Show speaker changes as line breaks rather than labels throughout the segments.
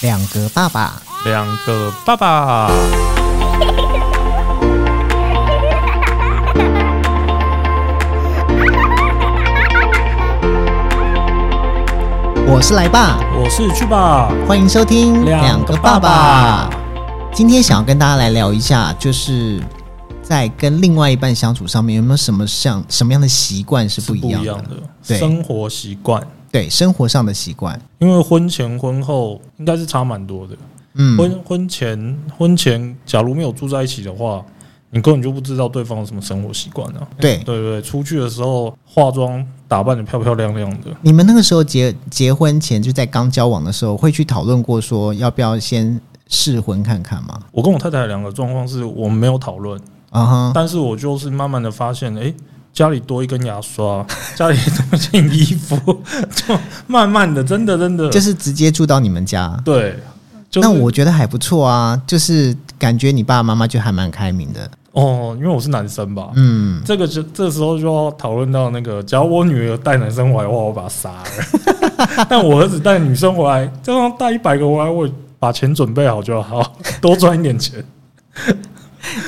两个爸爸，
两个爸爸。
我是来爸，
我是去吧，
欢迎收听
两个爸爸。
今天想要跟大家来聊一下，就是在跟另外一半相处上面，有没有什么像什么样的习惯是
是
不一
不
样
一
的？
样的
对
生活习惯，
对，生活上的习惯，
因为婚前婚后应该是差蛮多的。
嗯，
婚婚前婚前，假如没有住在一起的话，你根本就不知道对方有什么生活习惯啊。
对。
对对，出去的时候化妆打扮的漂漂亮亮的，
你们那个时候结结婚前就在刚交往的时候，会去讨论过说要不要先试婚看看吗？
我跟我太太两个状况是我们没有讨论，
啊哈，
但是我就是慢慢的发现，诶，家里多一根牙刷， 家里多一件衣服， 就慢慢的，真的真的，
就是直接住到你们家。
对，就是、
那我觉得还不错啊，就是感觉你爸爸妈妈就还蛮开明的。
哦，因为我是男生吧，
嗯，
这个就这时候就要讨论到那个，假如我女儿带男生回来的话，我把她杀 了；但我儿子带女生回来，这样带一百个回来，我把钱准备好 就好，多赚一点钱。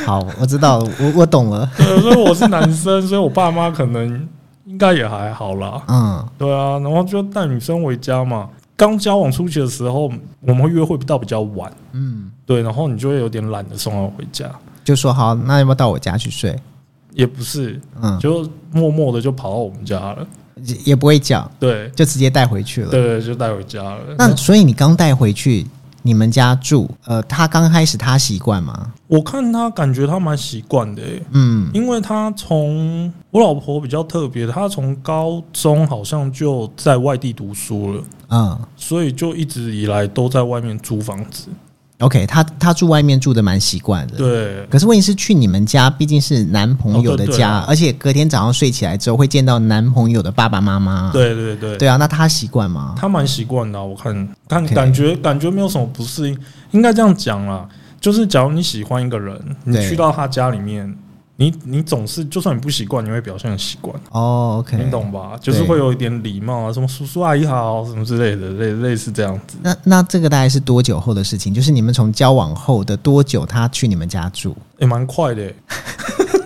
好，我知道，我我懂了。
对，所以我是男生，所以我爸妈可能应该也还好啦。
嗯，
对啊，然后就带女生回家嘛。刚交往初期的时候，我们会约会到比较晚，嗯，对，然后你就会有点懒得送她回家，
就说好，那要不要到我家去睡？
也不是，
嗯，
就默默的就跑到我们家了，
也也不会讲，
对，
就直接带回去了。
对对，就带回家了。
那所以你刚带回去你们家住，呃，他刚开始他习惯吗？
我看她感觉她蛮习惯的、欸，
嗯，
因为她从我老婆比较特别，她从高中好像就在外地读书了，
嗯
所以就一直以来都在外面租房子，
，OK，他他住外面住的蛮习惯的。
对，
可是问题是去你们家，毕竟是男朋友的
哦对对
家，
啊
而且隔天早上睡起来之后会见到男朋友的爸爸妈妈。
对对对。
对啊，那他习惯吗？
他蛮习惯的啊、我看看
OK
感觉感觉没有什么不适应，应该这样讲啦。就是假如你喜欢一个人，你
对
去到他家里面，你你总是就算你不习惯，你会表现的习惯，
哦，OK、o k
你懂吧？就是会有一点礼貌啊，什么叔叔阿姨好，什么之类的，类类似这样子。
那那这个大概是多久后的事情？就是你们从交往后的多久，他去你们家住？
也、蛮快的、欸，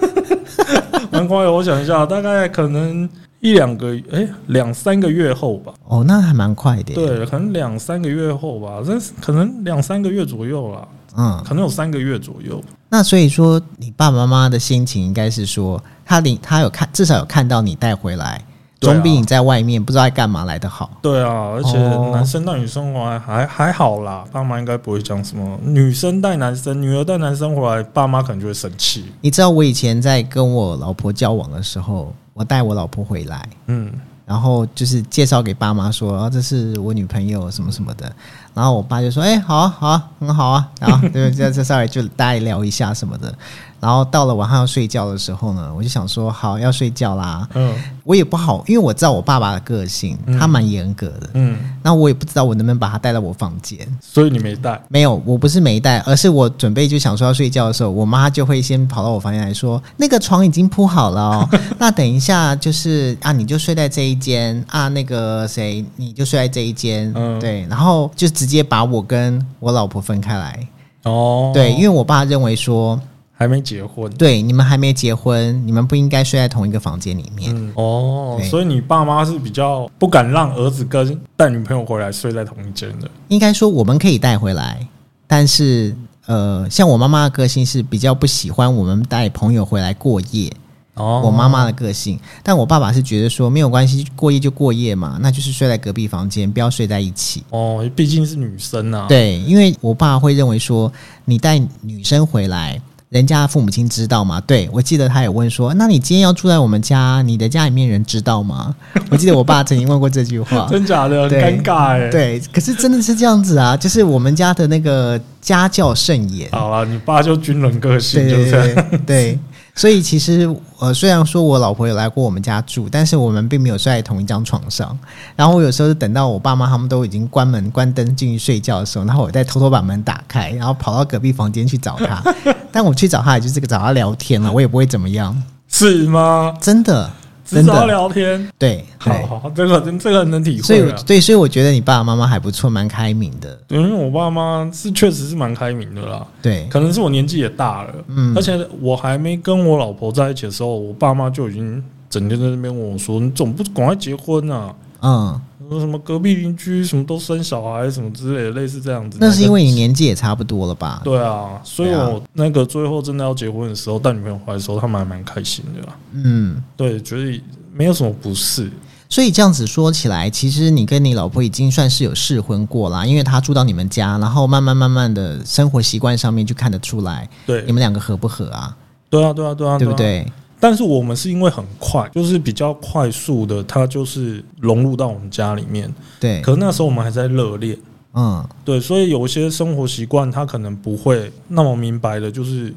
蛮快的。我想一下，大概可能一两个，哎、两三个月后吧。
哦，那还蛮快的。，
对，可能两三个月后吧，这是可能两三个月左右啦，
嗯，
可能有三个月左右。
那所以说，你爸爸妈妈的心情应该是说，他领他有看，至少有看到你带回来，
对啊
总比你在外面不知道在干嘛来的好。
对啊，而且
哦
男生带女生回来还还好啦，爸妈应该不会讲什么。女生带男生，女儿带男生回来，爸妈可能就会生气。
你知道我以前在跟我老婆交往的时候，我带我老婆回来，
嗯，
然后就是介绍给爸妈说，啊，这是我女朋友什么什么的，然后我爸就说，哎、好啊，好啊，很好啊，然后对，这这稍微就大概聊一下什么的， 然后到了晚上要睡觉的时候呢，我就想说，好要睡觉啦，
嗯
我也不好，因为我知道我爸爸的个性，他蛮严格的，
嗯，
那我也不知道我能不能把他带到我房间。
所以你没带，
没有，我不是没带，而是我准备就想说要睡觉的时候，我妈就会先跑到我房间来说，那个床已经铺好了 哦，那等一下就是啊，你就睡在这一间啊，那个谁你就睡在这一间，
嗯
对，然后就直接把我跟我老婆分开来，
哦，
对，因为我爸认为说，
还没结婚。
对，你们还没结婚，你们不应该睡在同一个房间里面，
嗯，哦
对，
所以你爸妈是比较不敢让儿子跟带女朋友回来睡在同一间的。
应该说我们可以带回来，但是呃，像我妈妈的个性是比较不喜欢我们带朋友回来过夜。
哦
我妈妈的个性，但我爸爸是觉得说没有关系，过夜就过夜嘛，那就是睡在隔壁房间，不要睡在一起。
哦，毕竟是女生啊。，
对，因为我爸会认为说你带女生回来，人家父母亲知道嘛。对我记得他也问说，那你今天要住在我们家，你的家里面人知道吗？ 我记得我爸曾经问过这句话。
真假的，很
对
尴尬哎、。
对，可是真的是这样子啊，就是我们家的那个家教甚严。
好了，你爸就军人个性，
对
就
对
这样。
对对对，所以其实呃，虽然说我老婆有来过我们家住，但是我们并没有睡在同一张床上。然后我有时候是等到我爸妈他们都已经关门关灯进去睡觉的时候，然后我再偷偷把门打开，然后跑到隔壁房间去找他。但我去找他也就是找他聊天了，我也不会怎么样，
是吗？
真的。
只
真的
找聊天。
对，
好
对
好，好这个真这个能体
所以
会
我
啊。
对，所以我觉得你爸爸妈妈还不错，蛮开明的。
对因为我爸妈是确实是蛮开明的啦，
对，
可能是我年纪也大了，
嗯
而，且我还没跟我老婆在一起的时候，我爸妈就已经整天在那边问我说：“你怎么不赶快结婚啊？
嗯，
说什么隔壁邻居什么都生小孩什么之类的，类似这样子。”
那是因为你年纪也差不多了吧？
对啊，所以
对啊
我那个最后真的要结婚的时候，带女朋友回来的时候，他们还蛮开心的啦。
嗯，
对，觉得没有什么不是。
所以这样子说起来，其实你跟你老婆已经算是有试婚过啦，因为她住到你们家，然后慢慢慢慢的生活习惯上面就看得出来，
对
你，们两个合不合啊？
对啊，对啊，对啊，
对不
啊？
对？
但是我们是因为很快，就是比较快速的，他就是融入到我们家里面。
对，
可那时候我们还在热恋，
嗯，
对，所以有一些生活习惯，他可能不会那么明白的，就是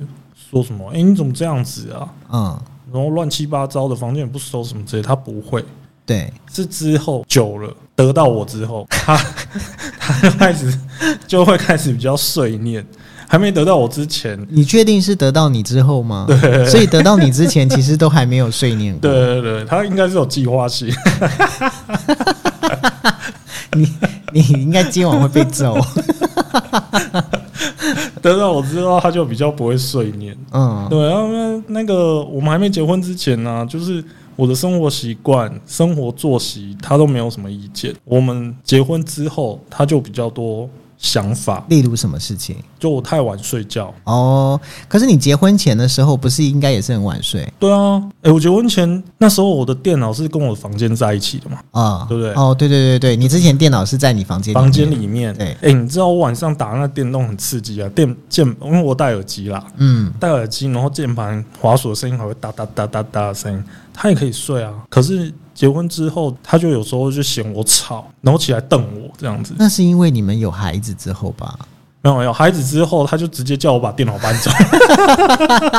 说什么，哎、你怎么这样子啊？
嗯，
然后乱七八糟的，房间也不收什么之类，他不会。
对，
是之后久了，得到我之后， 他他就开始就会开始比较碎念。还没得到我之前，
你确定是得到你之后吗？对，所以得到你之前，其实都还没有睡念过。
对对对，他应该是有计划性。
你应该今晚会被揍。
得到我之后，他就比较不会碎念。
嗯，
对，然后那那个我们还没结婚之前呢、就是我的生活习惯、生活作息，他都没有什么意见。我们结婚之后，他就比较多想法，
例如什么事情？
就我太晚睡觉。
哦，可是你结婚前的时候，不是应该也是很晚睡
对啊，诶，我结婚前那时候我的电脑是跟我的房间在一起的嘛，
啊？
对不对
哦，对对对对，你之前电脑是在你房间
房间
面。
里面。
对
诶，你知道我晚上打那电动很刺激啊，电键，因为我戴耳机啦，
嗯，
戴耳机，然后键盘滑鼠的声音还会哒哒哒哒哒的声音，他也可以睡啊。可是结婚之后，他就有时候就嫌我吵，然后起来瞪我这样子。
那是因为你们有孩子之后吧？
没有没有，孩子之后他就直接叫我把电脑搬走，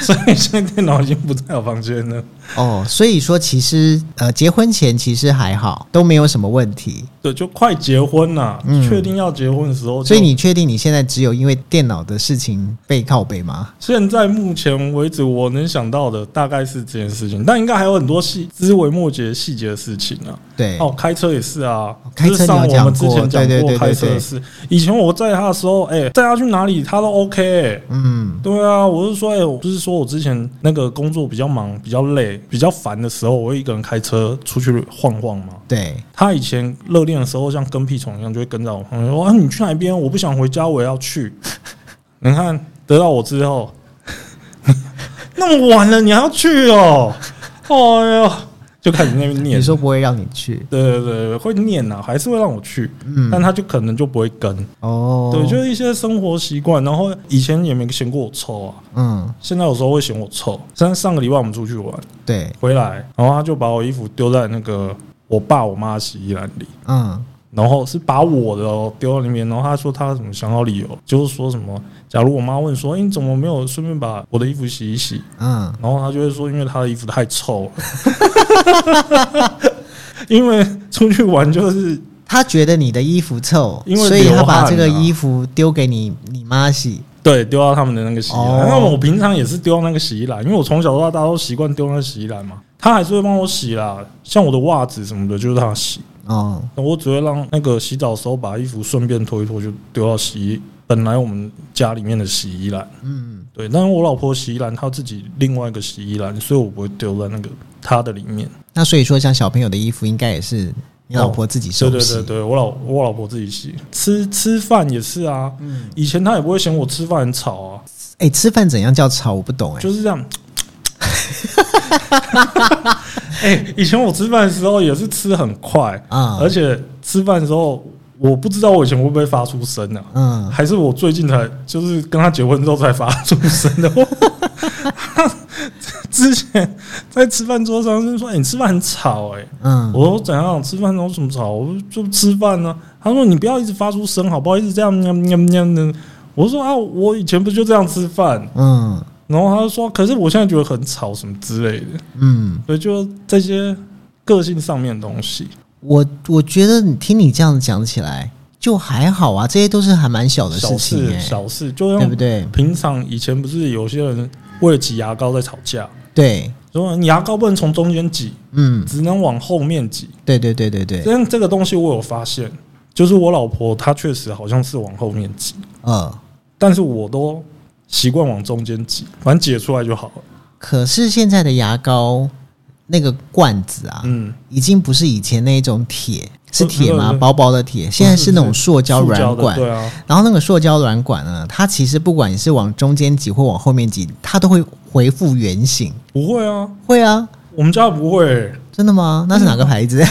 所以现在电脑已经不在我房间了。
哦，所以说其实呃，结婚前其实还好，都没有什么问题。
对，就快结婚了，
嗯
确定要结婚的时候就。
所以你确定你现在只有因为电脑的事情背靠背吗？
现在目前为止，我能想到的大概是这件事情，但应该还有很多细枝微末节细节的事情啊。
对，
哦，开车也是啊，
开车
就是上
你有
我们之
讲过
前讲
对对对对
开车的事。以前我载他的时候，哎、载他去哪里他都 OK、哎
嗯，
对啊，我是说，哎、我不是说我之前那个工作比较忙、比较累、比较烦的时候，我会一个人开车出去晃晃嘛。
对，
他以前热恋的时候，像跟屁虫一样，就会跟在我旁边说：“啊，你去哪边？我不想回家，我也要去。” 你看，得到我之后， 那么晚了你还要去哦？哎呦，就开始那边念
你。说不会让你去，
对对对，会念呐、还是会让我去，
嗯，
但他就可能就不会跟。
哦，
对，就是一些生活习惯，然后以前也没嫌过我臭啊，
嗯，
现在有时候会嫌我臭。像上个礼拜我们出去玩
对，
回来，然后他就把我衣服丢在那个我爸我妈的洗衣篮里。
嗯，
然后是把我的哦丢到里面，然后他说他什么想好理由，就是说什么，假如我妈问说，哎、你怎么没有顺便把我的衣服洗一洗？
嗯，
然后他就会说，因为他的衣服太臭了， 因为出去玩就是
他觉得你的衣服臭，
因为
所以他
流汗
把这个
啊
衣服丢给你你妈洗。
对丢到他们的那个洗衣
哦
篮，那、我平常也是丢到那个洗衣篮，因为我从小到大都习惯丢那个洗衣篮嘛，他还是会帮我洗啦，像我的袜子什么的，就是他洗，
哦，
我只会让那个洗澡的时候把衣服顺便脱一脱就丢到洗衣，本来我们家里面的洗衣篮。
嗯，
对，但是我老婆洗衣篮，她自己另外一个洗衣篮，所以我不会丢在那个她的里面。
那所以说，像小朋友的衣服，应该也是你老婆自己
对
手
对
洗。
对对，我老我老婆自己洗，吃吃饭也是啊。
嗯，
以前她也不会嫌我吃饭很吵啊，
哎、吃饭怎样叫吵？我不懂哎、
就是这样。 哎、以前我吃饭的时候也是吃很快，
啊，
而且吃饭的时候我不知道我以前会不会发出声啊。
嗯，
还是我最近才就是跟他结婚之后才发出声的。我之前在吃饭桌上就说：“哎、你吃饭很吵哎、
嗯，
我说：“怎样？吃饭有什么吵？”我说：“就吃饭呢、他说：“你不要一直发出声，好不好？一直这样喵喵喵的。”我说：“啊，我以前不就这样吃饭？”
嗯
然后他就说：“可是我现在觉得很吵，什么之类的。
嗯，”
所以就这些个性上面的东西。
我我觉得你听你这样讲起来，就还好啊，这些都是还蛮小的
小
事情
事
哎、
小事，就
对
像
不对？
平常以前不是有些人为了挤牙膏在吵架，
对，
说你牙膏不能从中间挤，
嗯，
只能往后面挤。
对对对对对，
但这个东西我有发现，就是我老婆她确实好像是往后面挤，
呃，
但是我都习惯往中间挤，反正挤出来就好了。
可是现在的牙膏那个罐子啊，
嗯，
已经不是以前那一种铁，是铁
不
吗？
是
薄薄的铁，现在是那种塑胶
呃塑
软
胶的，
管。
对啊，
然后那个塑胶软管呢，它其实不管你是往中间挤或往后面挤，它都会回复原形。
不会啊，
会啊，
我们家不会 欸、
真的吗？那是哪个牌子？
嗯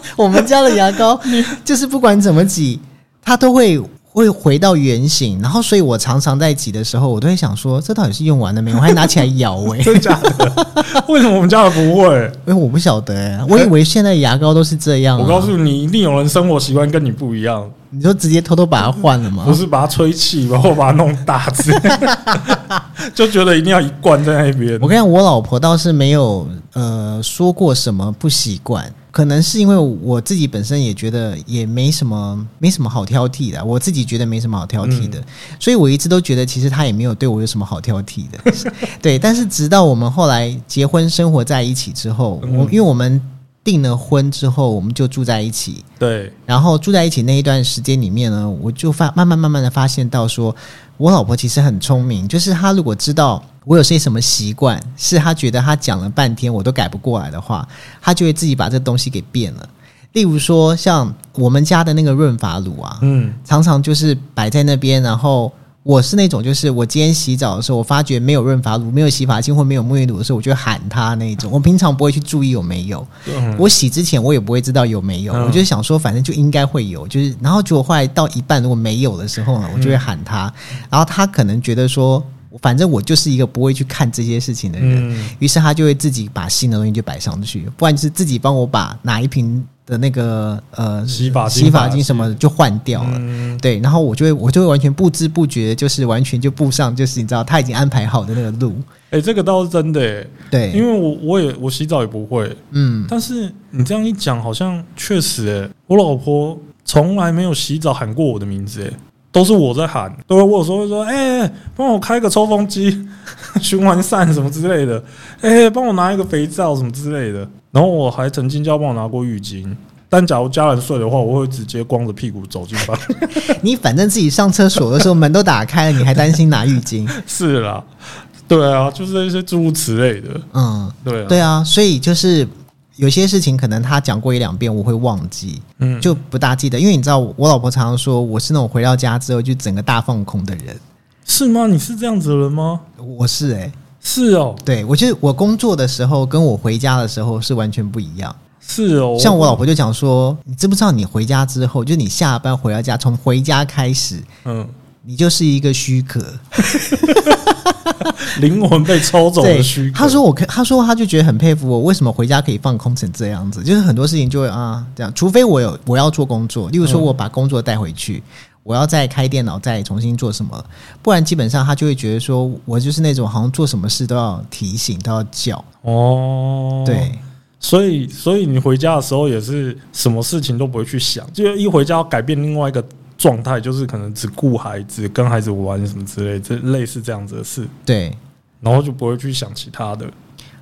我们家的牙 膏就是不管怎么挤，它都会会回到原形。然后，所以我常常在挤的时候，我都会想说，这到底是用完了没有？我还拿起来咬 哎、
真的假的？为什么我们家的不会？
因为我不晓得、欸，我以为现在牙膏都是这样、啊。
我告诉你，一定有人生活习惯跟你不一样，
你就直接偷偷把它换了吗
不？是把它吹气，然后把它弄大字， 就觉得一定要一罐在那边
我。跟你讲，我老婆倒是没有呃说过什么不习惯，可能是因为我自己本身也觉得也没什么没什么好挑剔的，我自己觉得没什么好挑剔的，所以我一直都觉得其实她也没有对我有什么好挑剔的， 对。但是直到我们后来结婚生活在一起之后，我因为我们订了婚之后，我们就住在一起，
对，
然后住在一起那一段时间里面呢，我就发慢慢慢慢的发现到说，我老婆其实很聪明，就是她如果知道我有些什么习惯，是她觉得她讲了半天我都改不过来的话，她就会自己把这东西给变了。例如说，像我们家的那个润发乳啊，
嗯，
常常就是摆在那边，然后我是那种就是我今天洗澡的时候，我发觉没有润发乳、没有洗发精或没有沐浴乳的时候，我就喊它那一种。我平常不会去注意有没有，
嗯
我洗之前我也不会知道有没有，
嗯
我就想说反正就应该会有，就是然后结果后来到一半如果没有的时候
嗯
呢，我就会喊他，然后他可能觉得说，反正我就是一个不会去看这些事情的人，
嗯，
于是他就会自己把新的东西就摆上去，不然就是自己帮我把哪一瓶的那个呃
嗯洗发
洗发精什么的就换掉了。
嗯
对，然后我就会我就会完全不知不觉，就是完全就步上，就是你知道他已经安排好的那个路。
哎、这个倒是真的、欸，因
对，
为我我也我洗澡也不会，
嗯，
但是你这样一讲，好像确实、欸，我老婆从来没有洗澡喊过我的名字、欸，都是我在喊，对吧？我有时候会说，哎、帮我开个抽风机、 循环扇什么之类的，哎、帮我拿一个肥皂什么之类的。然后我还曾经叫帮我拿过浴巾，但假如家人睡的话，我会直接光着屁股走进房。
你反正自己上厕所的时候门都打开了，你还担心拿浴巾？
是啦，对啊，就是这些诸如此类的，
嗯，
对啊，
对啊，所以就是有些事情可能他讲过一两遍，我会忘记，
嗯，
就不大记得。因为你知道，我老婆常常说我是那种回到家之后就整个大放空的人。
是吗？你是这样子的人吗？
我是哎、
是哦，
对我就是我工作的时候跟我回家的时候是完全不一样。
是哦，
像我老婆就讲说，你知不知道你回家之后，就是你下班回到家，从回家开始，
嗯。
你就是一个虚壳。
灵魂被抽走的虚。
他说我可，他说他就觉得很佩服我，为什么回家可以放空成这样子？就是很多事情就会啊这样，除非我有我要做工作，例如
嗯
说我把工作带回去，我要再开电脑再重新做什么，不然基本上他就会觉得说我就是那种好像做什么事都要提醒都要叫，
哦，
对，
所以所以你回家的时候也是什么事情都不会去想，就一回家要改变另外一个状态，就是可能只顾孩子、跟孩子玩什么之类，这类似这样子的事，
对，
然后就不会去想其他的。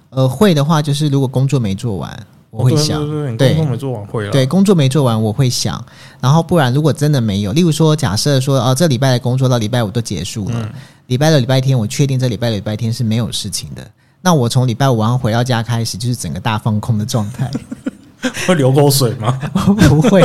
呃会的话就是如果工作没做完，我
哦
会
对
想，
对对对，
对
你工作没做晚会啊了，
对，工作没做完我会想，然后不然如果真的没有，例如说假设说啊这礼拜的工作到礼拜五都结束
嗯
了，礼拜六礼拜天我确定这礼拜六礼拜天是没有事情的，那我从礼拜五晚上回到家开始就是整个大放空的状态，
会流口水吗？
我不会，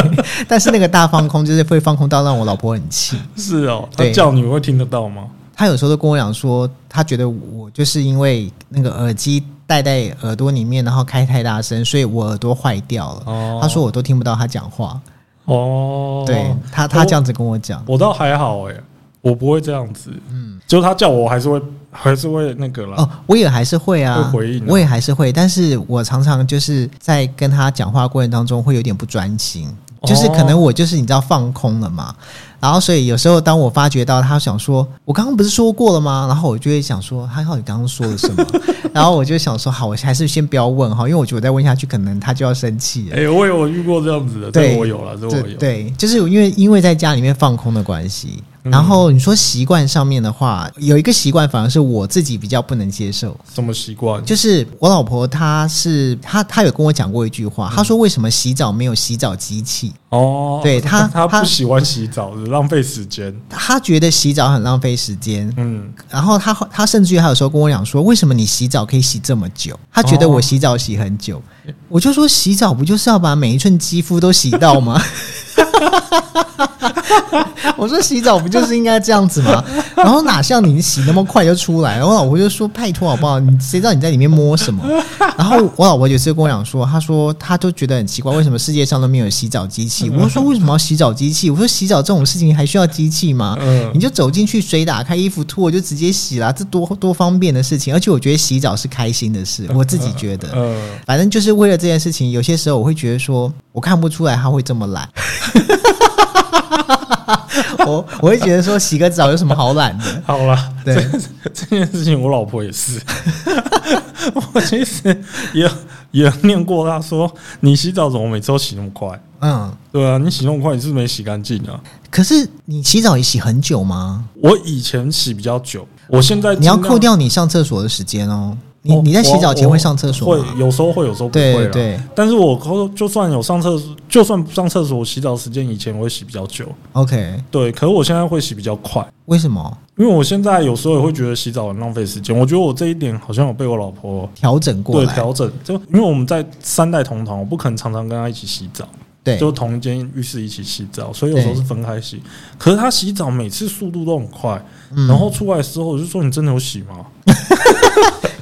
但是那个大放空就是会放空到让我老婆很气，
是哦，他
对
叫你会听得到吗？
她有时候都跟我讲说，她觉得我就是因为那个耳机戴在耳朵里面，然后开太大声，所以我耳朵坏掉了，
哦，
她说我都听不到她讲话，
哦，
对她她这样子跟我讲。
我倒还好哎、我不会这样子，嗯，就是他叫我还是会还是会那个啦，
哦，我也还是会啊，
会回应啊
我也还是会，但是我常常就是在跟
哦
他讲话过程当中会有点不专心，就是可能我就是你知道放空了嘛，然后所以有时候当我发觉到他想说，我刚刚不是说过了吗？然后我就会想说，还好你刚刚说了 什么？然后我就想说，好，我还是先不要问哈，因为我觉得我再问下去，可能他就要生气了。
哎、我有遇过这样子的，
对
这我有了，这我
对
有。
对，就是因为因为在家里面放空的关系。
嗯
然后你说习惯上面的话，有一个习惯反而是我自己比较不能接受，
什么习惯？
就是我老婆她是她她有跟我讲过一句话，她说为什么洗澡没有洗澡机器？
哦，
对他
他
他
不喜欢洗澡，浪费时间。
她觉得洗澡很浪费时间。
嗯，
然后她她甚至于还有时候跟我讲说，为什么你洗澡可以洗这么久？她觉得我洗澡洗很久，我就说洗澡不就是要把每一寸肌肤都洗到吗？我说洗澡不就是应该这样子吗？然后哪像你洗那么快就出来，然后我老婆就说拜托好不好？你谁知道你在里面摸什么？然后我老婆有一次跟我讲说，她说她就觉得很奇怪，为什么世界上都没有洗澡机器？我就说为什么要洗澡机器？我说洗澡这种事情还需要机器吗？
嗯
你就走进去，水打开，衣服脱了就直接洗啦，这多多方便的事情。而且我觉得洗澡是开心的事，我自己觉得。
嗯，
反正就是为了这件事情，有些时候我会觉得说，我看不出来他会这么懒。 我我会觉得说，洗个澡有什么好懒的？
好了，
对
这这件事情，我老婆 也是，我其实也也念过她说，你洗澡怎么每次都洗那么快？
嗯，
对啊，你洗那么快，你是不是没洗干净啊？
可是你洗澡也洗很久吗？
我以前洗比较久，我现在
你要
尽量
扣掉你上厕所的时间哦。你
我
你在洗澡前
我
会上厕所吗
会？有时候会，有时候不会
对
啦。
对
但是我扣就算有上厕所，就算不上厕所，我洗澡时间以前我会洗比较久，
，OK。
对。可是我现在会洗比较快，
为什么
因为我现在有时候也会觉得洗澡很浪费时间。我觉得我这一点好像有被我老婆
调整过
对
来？
调整，就因为我们在三代同堂，我不可能常常跟她一起洗澡，
对
就同一间浴室一起洗澡，所以有时候是分开洗。可是她洗澡每次速度都很快，
嗯
然后出来之后我就说：“你真的有洗吗？”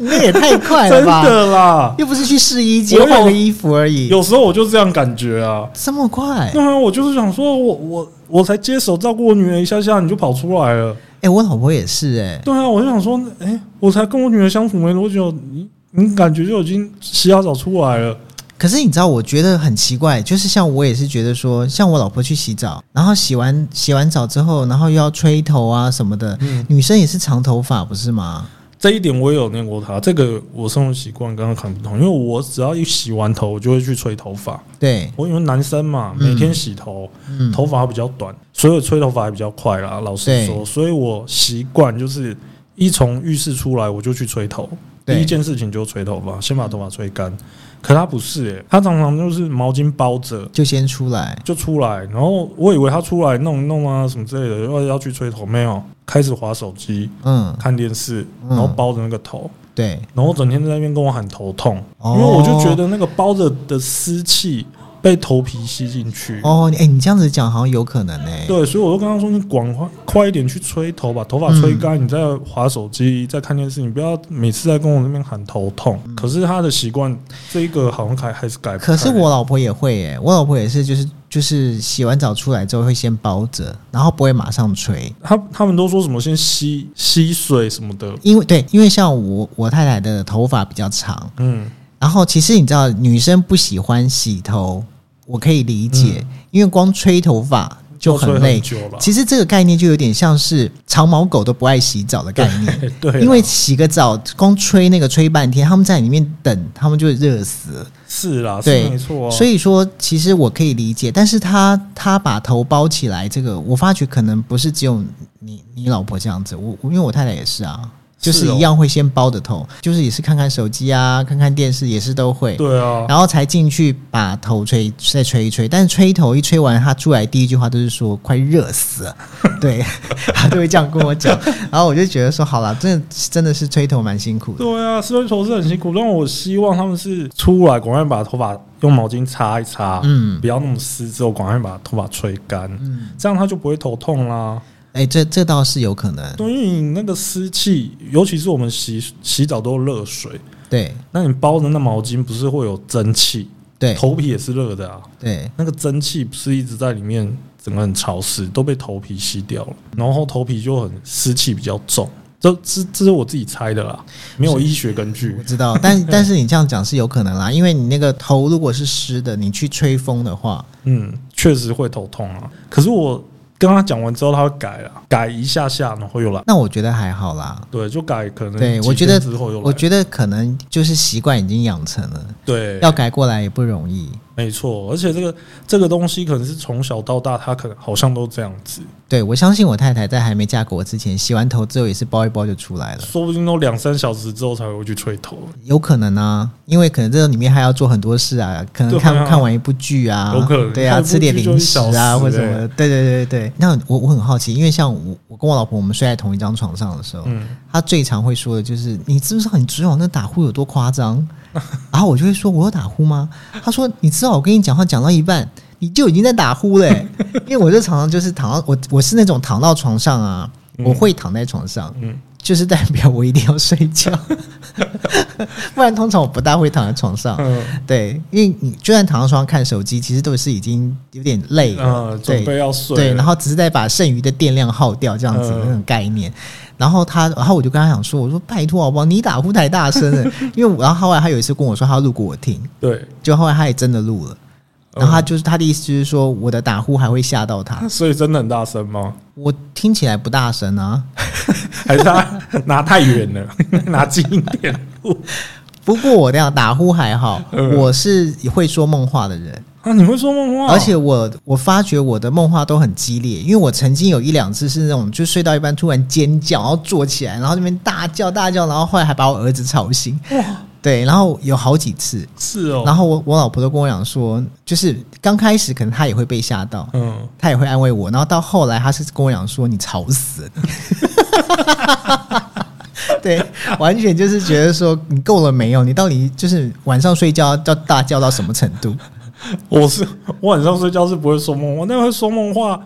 那也太快了
真
吧？
的啦，
又不是去试衣间
我有
换个衣服而已，
有时候我就这样感觉啊。
这么快？
对啊，我就是想说我，我我才接手照顾我女儿一下下，你就跑出来了。
哎、我老婆也是哎、
对啊，我就想说，哎、我才跟我女儿相处没多久，你你感觉就已经洗好澡出来了。
可是你知道，我觉得很奇怪，就是像我也是觉得说，像我老婆去洗澡，然后洗完洗完澡之后，然后又要吹头啊什么的，
嗯
女生也是长头发不是吗？
这一点我也有念过她，这个我生活习惯跟她看不同，因为我只要一洗完头，我就会去吹头发。
对，
我因为男生嘛，
嗯
每天洗头，
嗯，
头发比较短，所以吹头发还比较快啦。老实
对
说，所以我习惯就是一从浴室出来我就去吹头，
对
第一件事情就是吹头发，先把头发吹干。可他不是、欸，他常常就是毛巾包着
就先出来，
就出来，然后我以为他出来弄一弄啊什么之类的，要要去吹头，没有，开始划手机、
嗯，
看电视，
嗯
然后包着那个头，
对，
然后整天在那边跟我喊头痛，
哦
因为我就觉得那个包着的湿气被头皮吸进去。
哦，哎、你这样子讲好像有可能哎、
对，所以我就跟他说，你赶快快一点去吹头，把头发吹干，你再划手机，再看电视，你不要每次在跟我那边喊头痛。可是他的习惯，这一个好像还还是改不开。
嗯可是我老婆也会哎、我老婆也是，就是就是洗完澡出来之后会先包着，然后不会马上吹，
他他们都说什么先吸吸水什么的，
因为对，因为像我我太太的头发比较长，
嗯，
然后其实你知道，女生不喜欢洗头，我可以理解，因为光吹头发就
嗯要吹
很累。
久了。
其实这个概念就有点像是长毛狗都不爱洗澡的概念，
哎 对啦，
因为洗个澡光吹那个吹半天，他们在里面等，他们就热死了。
是啦，是
对
没错啊。
所
以
以说，其实我可以理解，但是他他把头包起来，这个我发觉可能不是只有你你老婆这样子，我我因为我太太也是啊，就是是
哦
一样会先包着头，就是也是看看手机啊，看看电视，也是都会。
对啊，
然后才进去把头吹，再吹一吹。但是吹头一吹完，他出来第一句话就是说快热死了， 对，他都会这样跟我讲。然后我就觉得说好了，真的真的是吹头蛮辛苦的。
对啊，吹头是很辛苦，但我希望他们是出来赶快把头发用毛巾擦一擦，
嗯
不要那么湿，之后赶快把头发吹干，
嗯，
这样他就不会头痛啦。
哎、这这倒是有可能。
对，因为你那个湿气，尤其是我们洗洗澡都有热水，
对
那你包的那毛巾不是会有蒸汽，
对
头皮也是热的啊，
对，
那个蒸汽不是一直在里面，整个很潮湿，都被头皮吸掉了，然后头皮就很湿气比较重。这这这是我自己猜的啦，没有医学根据
我。知道。 但但是你这样讲是有可能啦，因为你那个头如果是湿的，你去吹风的话，
嗯，确实会头痛啊。可是我跟他讲完之后，他会改了，改一下下，然后又来。
那我觉得还好啦。
对，就改可能
对
几
我觉得
天之后又来。
我觉得可能就是习惯已经养成了，
对，
要改过来也不容易。
没错，而且这个这个东西可能是从小到大，他可能好像都这样子，
对我相信我太太在还没嫁给我之前，洗完头之后也是包一包就出来了，
说不定都两三小时之后才会去吹头，
有可能啊，因为可能这里面还要做很多事啊，可能
对啊
看、看完一部剧啊，
有可能
对啊，
看一部
吃点零食
剧就一小
啊
时欸
或什么的，对对对对。那我我很好奇，因为像我我跟我老婆我们睡在同一张床上的时候，
嗯，
她最常会说的就是你知不知道你昨晚那打呼有多夸 张？然后我就会说我有打呼吗？她说你知道我跟你讲话讲到一半。你就已经在打呼嘞、因为我就常常就是躺到我我是那种躺到床上啊，我会躺在床上，
嗯
就是代表我一定要睡觉，不然通常我不大会躺在床上。
嗯
对，因为你就算躺在床上看手机，其实都是已经有点累了，
嗯，准
对
备要睡了，
对，然后只是在把剩余的电量耗掉这样子
嗯
那种概念。然后他，然后我就跟他讲说：“我说拜托好不好，你打呼太大声了。”因为我然后后来他有一次跟我说他要录给我听，
对，
就后来他也真的录了。
哦
然后他就是、他的意思就是说我的打呼还会吓到他，
所以真的很大声吗？
我听起来不大声啊。
还是他 拿太远了，拿近一点录？
不过我这样打呼还好，
嗯
我是会说梦话的人，
啊，你会说梦话？
而且我我发觉我的梦话都很激烈，因为我曾经有一两次是那种就睡到一半突然尖叫，然后坐起来，然后那边大叫大叫，然后后来还把我儿子吵醒。
哇，
对，然后有好几次，
是哦，
然后我我老婆都跟我讲说，就是刚开始可能她也会被吓到，
嗯，
她也会安慰我，然后到后来她是跟我讲说你吵死了。 对，完全就是觉得说你够了没有？你到底就是晚上睡觉要大叫到什么程度？
我是我晚上睡觉是不会说梦话，但会说梦话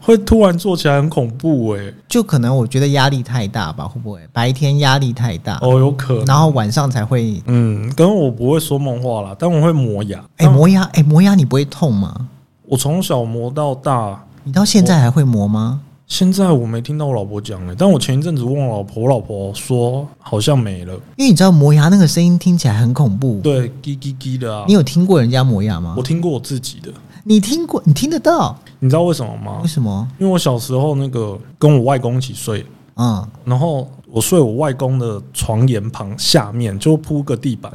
会突然坐起来很恐怖哎、
就可能我觉得压力太大吧，会不会白天压力太大，
哦，有可能。
然后晚上才会？
嗯，跟我不会说梦话啦，但我会磨牙。
哎、
但
磨牙，哎、磨牙你不会痛吗？
我从小磨到大，
你到现在还会磨吗？
现在我没听到我老婆讲了、欸但我前一阵子问我老婆，我老婆说好像没了。
因为你知道磨牙那个声音听起来很恐怖。
对，叽叽叽的啊
你。有听过人家磨牙吗
我？听过我自己的，
你听过？你听得到？
你知道为什么吗
为？什么？
因为我小时候那个跟我外公一起睡，
嗯
然后我睡我外公的床沿旁下面，就铺个地板，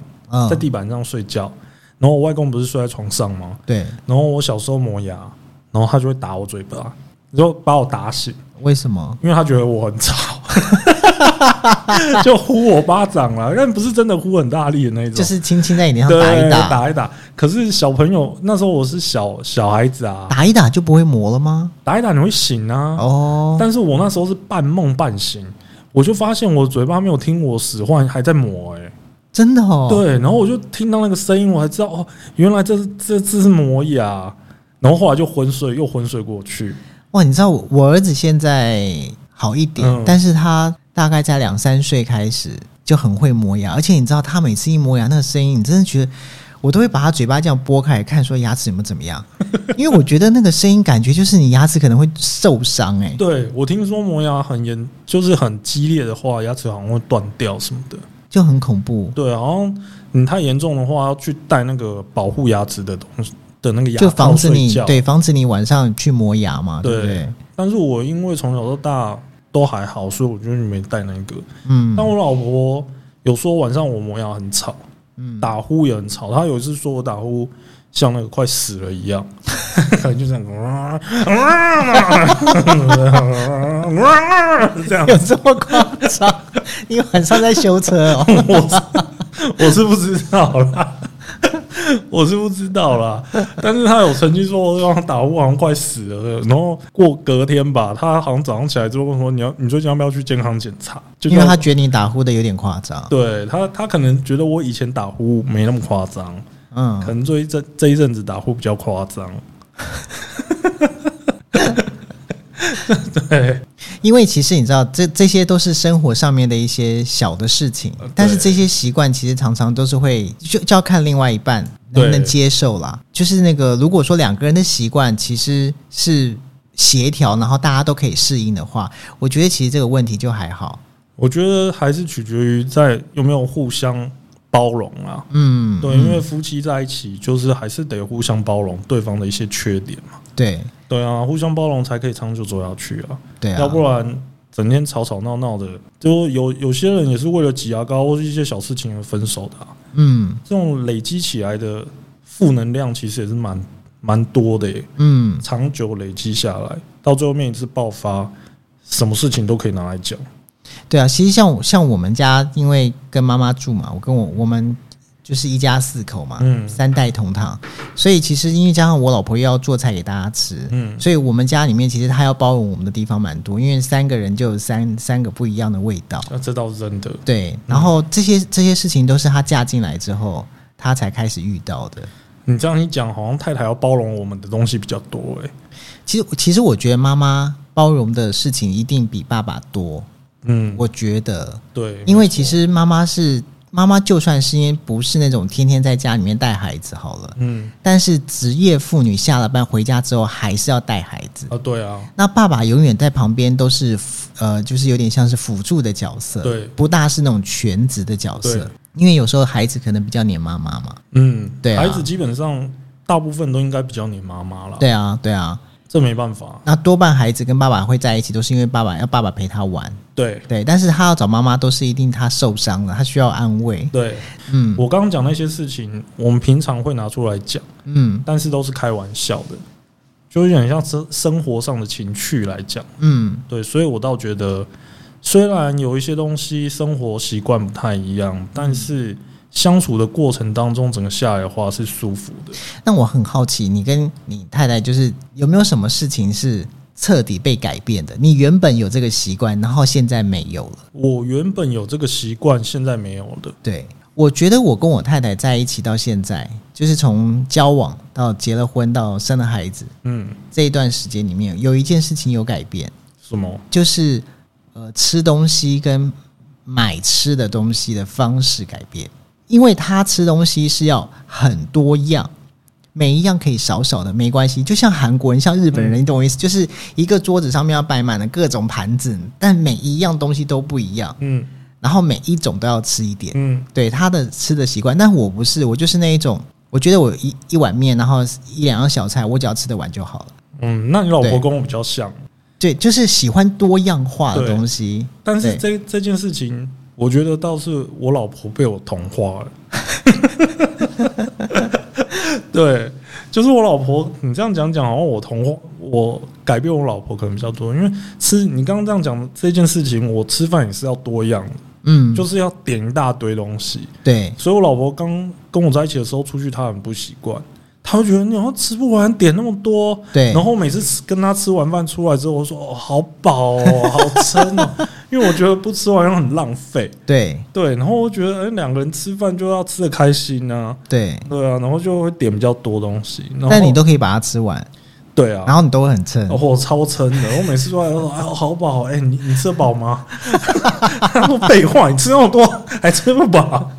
在
嗯，
地板上睡觉。然后我外公不是睡在床上吗？
对，
然后我小时候磨牙，然后他就会打我嘴巴，就把我打醒，
为什么？
因为他觉得我很吵， 就呼我巴掌了，但不是真的呼很大力的那种，
就是轻轻在你脸上
对
打一打，
打一打。可是小朋友那时候我是小小孩子啊，
打一打就不会磨了吗？
打一打你会醒啊，
哦，
但是我那时候是半梦半醒，我就发现我嘴巴没有听我使唤，还在磨哎、欸
真的哦。，
对，然后我就听到那个声音，我还知道哦，原来这是这这是磨牙，然后后来就昏睡，又昏睡过去。
哇，你知道我我儿子现在好一点，
嗯
但是他大概在两三岁开始就很会磨牙，而且你知道他每次一磨牙那个声音，你真的觉得。我都会把他嘴巴这样拨开来看，说牙齿有没有怎么 样，因为我觉得那个声音感觉就是你牙齿可能会受伤哎、
对我听说磨牙很严，就是很激烈的话，牙齿好像会断掉什么的。
就很恐怖，
对，好像你太严重的话，要去戴那个保护牙齿的东西的那个牙
就
套
防止
睡
你
觉。
对防止你晚上去磨牙嘛，对不
对
对？
但是我因为从小到大都还好，所以我就没戴那个。
嗯
但我老婆有说晚上我磨牙很吵，
嗯，
打呼也很吵。她有一次说我打呼像那个快死了一 样， 就这样， 啊这 样。
有这么夸张？ 你晚上在修车哦？
我是 我是不知道啦， 我是不知道啦。但是他有曾经说让他打呼好像快死了，然后过隔天吧，他好像早上起来之后问我说：“你要你最近要不要去健康检查？”就
因为
叫
他觉得你打呼的有点夸张，
对他，他可能觉得我以前打呼没那么夸张，
嗯
可，能这一阵这一阵子打呼比较夸张。 对，
因为其实你知道，这这些都是生活上面的一些小的事情
呃对，
但是这些习惯其实常常都是会就就要看另外一半能不能
对
接受啦。就是那个，如果说两个人的习惯其实是协调，然后大家都可以适应的话，我觉得其实这个问题就还好。
我觉得还是取决于在有没有互相包容啊。
嗯，
对，因为夫妻在一起就是还是得互相包容对方的一些缺点嘛。
对
对啊，互相包容才可以长久走下去啊，
对啊，
要不然整天吵吵闹闹的，就有有些人也是为了挤牙膏或是一些小事情而分手的、啊。
嗯
这种累积起来的负能量其实也是蛮蛮多的、耶，
嗯，
长久累积下来，到最后面一次爆发，什么事情都可以拿来讲。
对啊，其实像我像我们家，因为跟妈妈住嘛，我跟我我们就是一家四口嘛，
嗯
三代同堂，所以其实因为加上我老婆又要做菜给大家吃，
嗯
所以我们家里面其实她要包容我们的地方蛮多，因为三个人就有三三个不一样的味道，
那这倒是真的。
对，然后
嗯
这些这些事情都是她嫁进来之后，她才开始遇到的。
你这样一讲，好像太太要包容我们的东西比较多、欸，
其实其实我觉得妈妈包容的事情一定比爸爸多，
嗯，
我觉得，
对，
因为其实妈妈是妈妈，就算是因为不是那种天天在家里面带孩子好了，
嗯
但是职业妇女下了班回家之后还是要带孩子。
啊，对啊，
那爸爸永远在旁边都是辅呃，就是有点像是辅助的角色，
对
不大是那种全职的角色
对，
因为有时候孩子可能比较黏妈妈嘛，
嗯，
对啊
孩子基本上大部分都应该比较黏妈妈啦，
对啊，对啊，
这没办法，
那多半孩子跟爸爸会在一起，都是因为爸爸要爸爸陪他玩，
对
对，但是他要找妈妈都是一定他受伤了，他需要安慰，
对，
嗯
我刚刚讲那些事情，我们平常会拿出来讲，
嗯
但是都是开玩笑的，就有点像生生活上的情趣来讲，
嗯，
对，所以我倒觉得，虽然有一些东西生活习惯不太一样，但是相处的过程当中，整个下来的话是舒服的。
那我很好奇，你跟你太太就是有没有什么事情是彻底被改变的？你原本有这个习惯，然后现在没有了。
我原本有这个习惯，现在没有的。
对，我觉得我跟我太太在一起到现在，就是从交往到结了婚到生了孩子
嗯，
这一段时间里面，有一件事情有改变，
什么？
就是呃吃东西跟买吃的东西的方式改变，因为他吃东西是要很多样。每一样可以少少的没关系，就像韩国人、像日本人，你懂我意思？就是一个桌子上面要摆满了各种盘子，但每一样东西都不一样，
嗯
然后每一种都要吃一点。
嗯
对他的吃的习惯，但我不是，我就是那一种，我觉得我一一碗面，然后一两样小菜，我只要吃得完就好了。
嗯，那你老
对
婆跟我比较像，
对，就是喜欢多样化的
对
东西。
但是
对
这这件事情，我觉得倒是我老婆被我同化了。 对，就是我老婆，你这样讲讲，好像我同化，我改变我老婆可能比较多，因为吃你刚刚这样讲这件事情，我吃饭也是要多样的，
嗯，
就是要点一大堆东西。
对，
所以我老婆刚跟我在一起的时候，出去她很不习惯，她会觉得你好像吃不完，点那么多。
对
然后每次吃跟她吃完饭出来之后，我说哦，好饱哦，好撑哦， 因为我觉得不吃完很浪费。
对，
对，然后我觉得，哎，两个人吃饭就要吃的开心啊，
对。
对啊，然后就会点比较多东西。然后
但你都可以把它吃完，
对啊，
然后你都会很撑。
哦，我超撑的，我每次出来都说：“哎，好饱！哎、你你吃得饱吗？” 他说：“废话，你吃那么多还吃不饱。”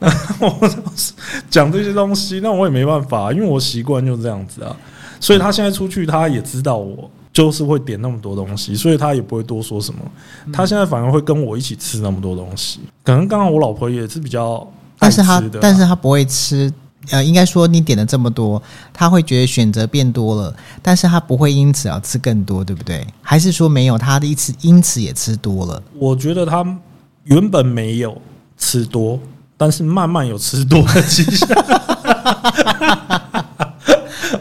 然后我就是讲这些东西，那我也没办法，因为我习惯就这样子啊。所以他现在出去，他也知道我就是会点那么多东西，所以他也不会多说什么。
嗯
他现在反而会跟我一起吃那么多东西。可能刚刚我老婆也是比较爱
但
吃
是
的
他
啊，，
但是他不会吃。呃，应该说你点了这么多，他会觉得选择变多了，但是他不会因此要吃更多，对不对？还是说没有他的一次因此也吃多了？
我觉得他原本没有吃多，但是慢慢有吃多的迹象，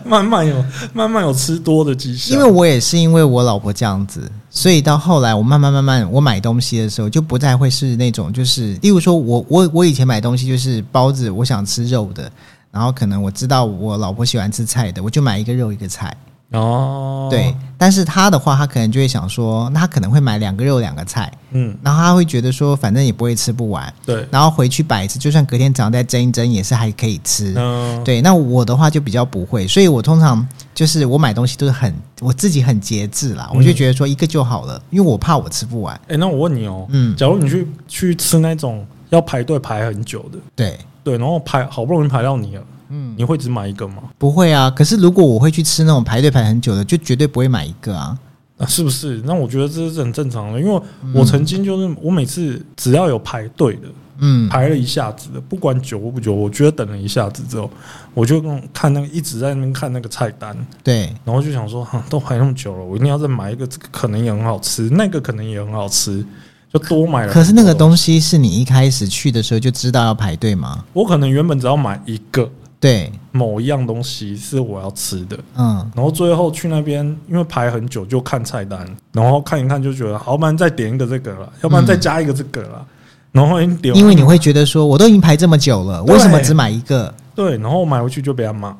慢慢有慢慢有吃多的迹象。
因为我也是因为我老婆这样子，所以到后来我慢慢慢慢，我买东西的时候就不再会是那种，就是例如说我我我以前买东西就是包子，我想吃肉的，然后可能我知道我老婆喜欢吃菜的，我就买一个肉一个菜，
哦，
对。，但是她的话，她可能就会想说，那她可能会买两个肉两个菜，
嗯，
然后她会觉得说，反正也不会吃不完，
对，
然后回去摆一次，就算隔天早上再蒸一蒸，也是还可以吃。
嗯，
对，那我的话就比较不会，所以我通常就是我买东西都是很我自己很节制啦，
嗯
我就觉得说一个就好了，因为我怕我吃不完。
哎、那我问你哦，
嗯
假如你去去吃那种要排队排很久的，
对，
对，然后排好不容易排到你了，
嗯，
你会只买一个吗？
不会啊。可是如果我会去吃那种排队排很久的，就绝对不会买一个啊。
啊，是不是？那我觉得这是很正常的，因为我曾经就是我每次只要有排队的，
嗯
排了一下子的，不管久不久，我觉得等了一下子之后，我就跟看那个一直在那边看那个菜单，
对，
然后就想说，哈，都排那么久了，我一定要再买一个，这个可能也很好吃，那个可能也很好吃，就多买了。
可是那个东西是你一开始去的时候就知道要排队吗？
我可能原本只要买一个
对，
某一样东西是我要吃的，
嗯，
然后最后去那边，因为排很久，就看菜单，然后看一看就觉得，好，不然再点一个这个了，要不然再加一个这个了，然后你点
嗯
完，
因为你会觉得说，我都已经排这么久了，
啊对
为什么只买一个？
对，然后买回去就被他骂，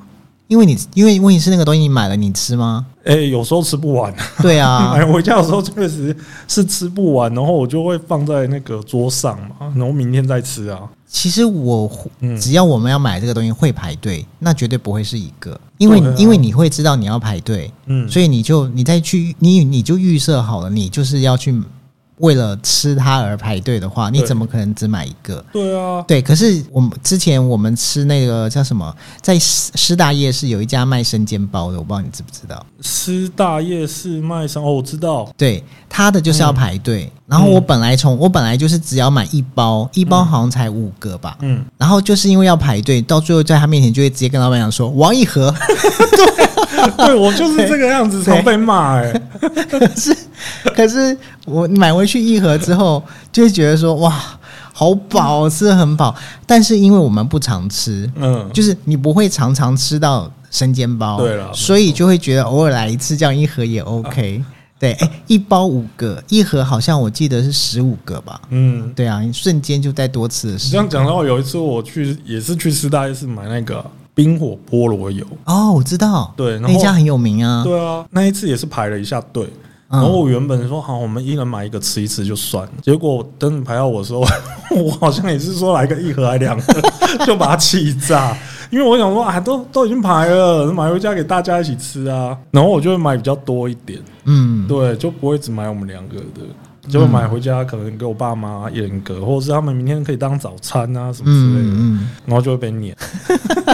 因为你，因为问题是那个东西你买了，你吃 吗？
哎、有时候吃不完，
对 啊，
买回哎家的时候确实是吃不完，然后我就会放在那个桌上嘛，然后明天再吃啊，
其实我
嗯，
只要我们要买这个东西会排队，那绝对不会是一个，因为
对啊
因为你会知道你要排队，
嗯，
所以你就你再去你你就预设好了，你就是要去为了吃它而排队的话，你
对
怎么可能只买一个？
对啊，
对，可是我们之前我们吃那个叫什么，在师师大夜市有一家卖生煎包的，我不知道你知不知道？
师大夜市卖生哦，我知道，
对，它的就是要排队。
嗯
然后我本来从我本来就是只要买一包，一包好像才五个吧。
嗯，
然后就是因为要排队，到最后在他面前就会直接跟老板娘说：“王一 盒。
对我就是这个样子，
对
常被骂哎、”
可是我买回去一盒之后，就会觉得说：“哇，好饱哦，吃得很饱。”但是因为我们不常吃，
嗯，
就是你不会常常吃到生煎包，
对啦
所以就会觉得偶尔来一次，这样一盒也 OK。对，
啊
哎、一包五个，一盒好像我记得是十五个吧。
嗯，
对啊，你瞬间就再多吃了
你这
十。
样讲到，有一次我去也是去师大夜市买那个冰火菠萝油，
哦，我知道，
对然后
那家很有名啊。
对啊，那一次也是排了一下队。
嗯
然后我原本说好，我们一人买一个吃一吃就算了。结果等你排到我的时候， 我好像也是说来个一盒还两盒， 就把它气炸。因为我想说啊，都都已经排了，买回家给大家一起吃啊。然后我就会买比较多一点，
嗯，
对，就不会只买我们两个的，就会买回家可能给我爸妈一人一个，或者是他们明天可以当早餐啊什么之类的。
嗯嗯，
然后就会被撵。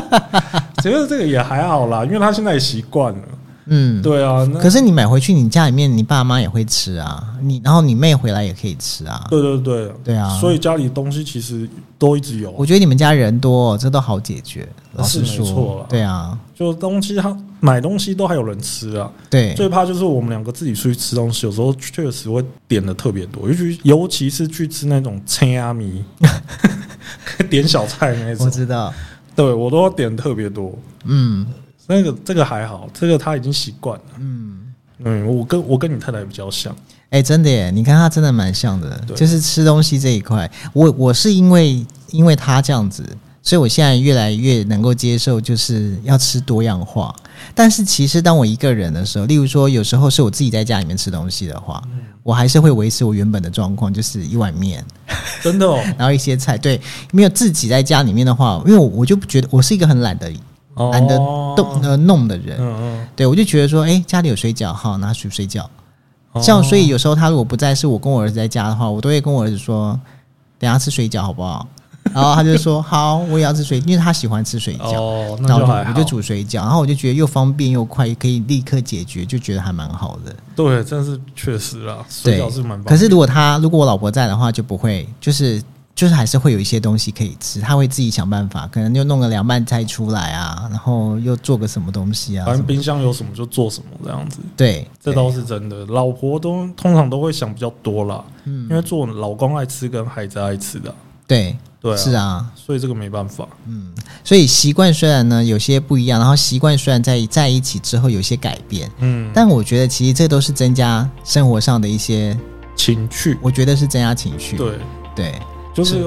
其实这个也还好啦，因为他现在也习惯了。
嗯。
对啊，那
可是你买回去，你家里面你爸妈也会吃啊，你然后你妹回来也可以吃啊。
对对对
对啊
所以家里东西其实都一直有啊
我，觉得你们家人多、这都好解决。老
是
实
没错
说
啦，
对啊，
就东西他买东西都还有人吃啊。
对，
最怕就是我们两个自己出去吃东西，有时候确实会点的特别多，尤其尤其是去吃那种千阿米， 点小菜那
我
种，
知道。
对我都要点特别多。
嗯
那个这个还好，这个他已经习惯了。
嗯。
嗯，我跟我跟你太太比较像，
哎、真的耶！你看他真的蛮像的，
对
就是吃东西这一块。我我是因为因为他这样子，所以我现在越来越能够接受，就是要吃多样化。但是其实当我一个人的时候，例如说有时候是我自己在家里面吃东西的话，
嗯
我还是会维持我原本的状况，就是一碗面，
真的哦。
然后一些菜。对，没有自己在家里面的话，因为我我就不觉得我是一个很懒得 懒得
哦
动呃弄的人，
嗯
对我就觉得说，哎、家里有水饺，好拿水水饺。
嗯，
像所以有时候他如果不在，是我跟我儿子在家的话，我都会跟我儿子说，等一下吃水饺好不 好？然后他就说好，我也要吃水，因为他喜欢吃水饺。
哦，
然
那
后
就
我就
还
我
好
就煮水饺，然后我就觉得又方便又快，可以立刻解决，就觉得还蛮好的。
对，真是确实啦，水
对
饺是蛮棒。
可是如果他如果我老婆在的话，就不会，就是就是还是会有一些东西可以吃，他会自己想办法，可能就弄个凉拌菜出来啊，然后又做个什么东西啊
反
什
正
么。
冰箱有什么就做什么这样子，
对，
这
对
倒是真的。老婆都通常都会想比较多啦，因为做老公爱吃跟孩子爱吃的，
对
对啊，
是啊，
所以这个没办法。
所以习惯虽然呢有些不一样，然后习惯虽然在在一起之后有些改变，
嗯，
但我觉得其实这都是增加生活上的一些，
情趣，
我觉得是增加情绪。
对，
对
就是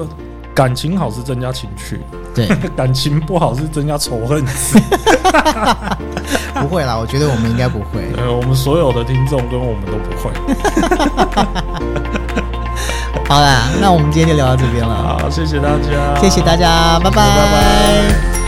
感情好是增加情趣，
对
感情不好是增加仇恨值。
不会啦，我觉得我们应该不会。
呃，我们所有的听众跟我们都不会。
好啦，那我们今天就聊到这边了，
好，谢谢大家，
谢谢大家，拜
拜
拜
拜。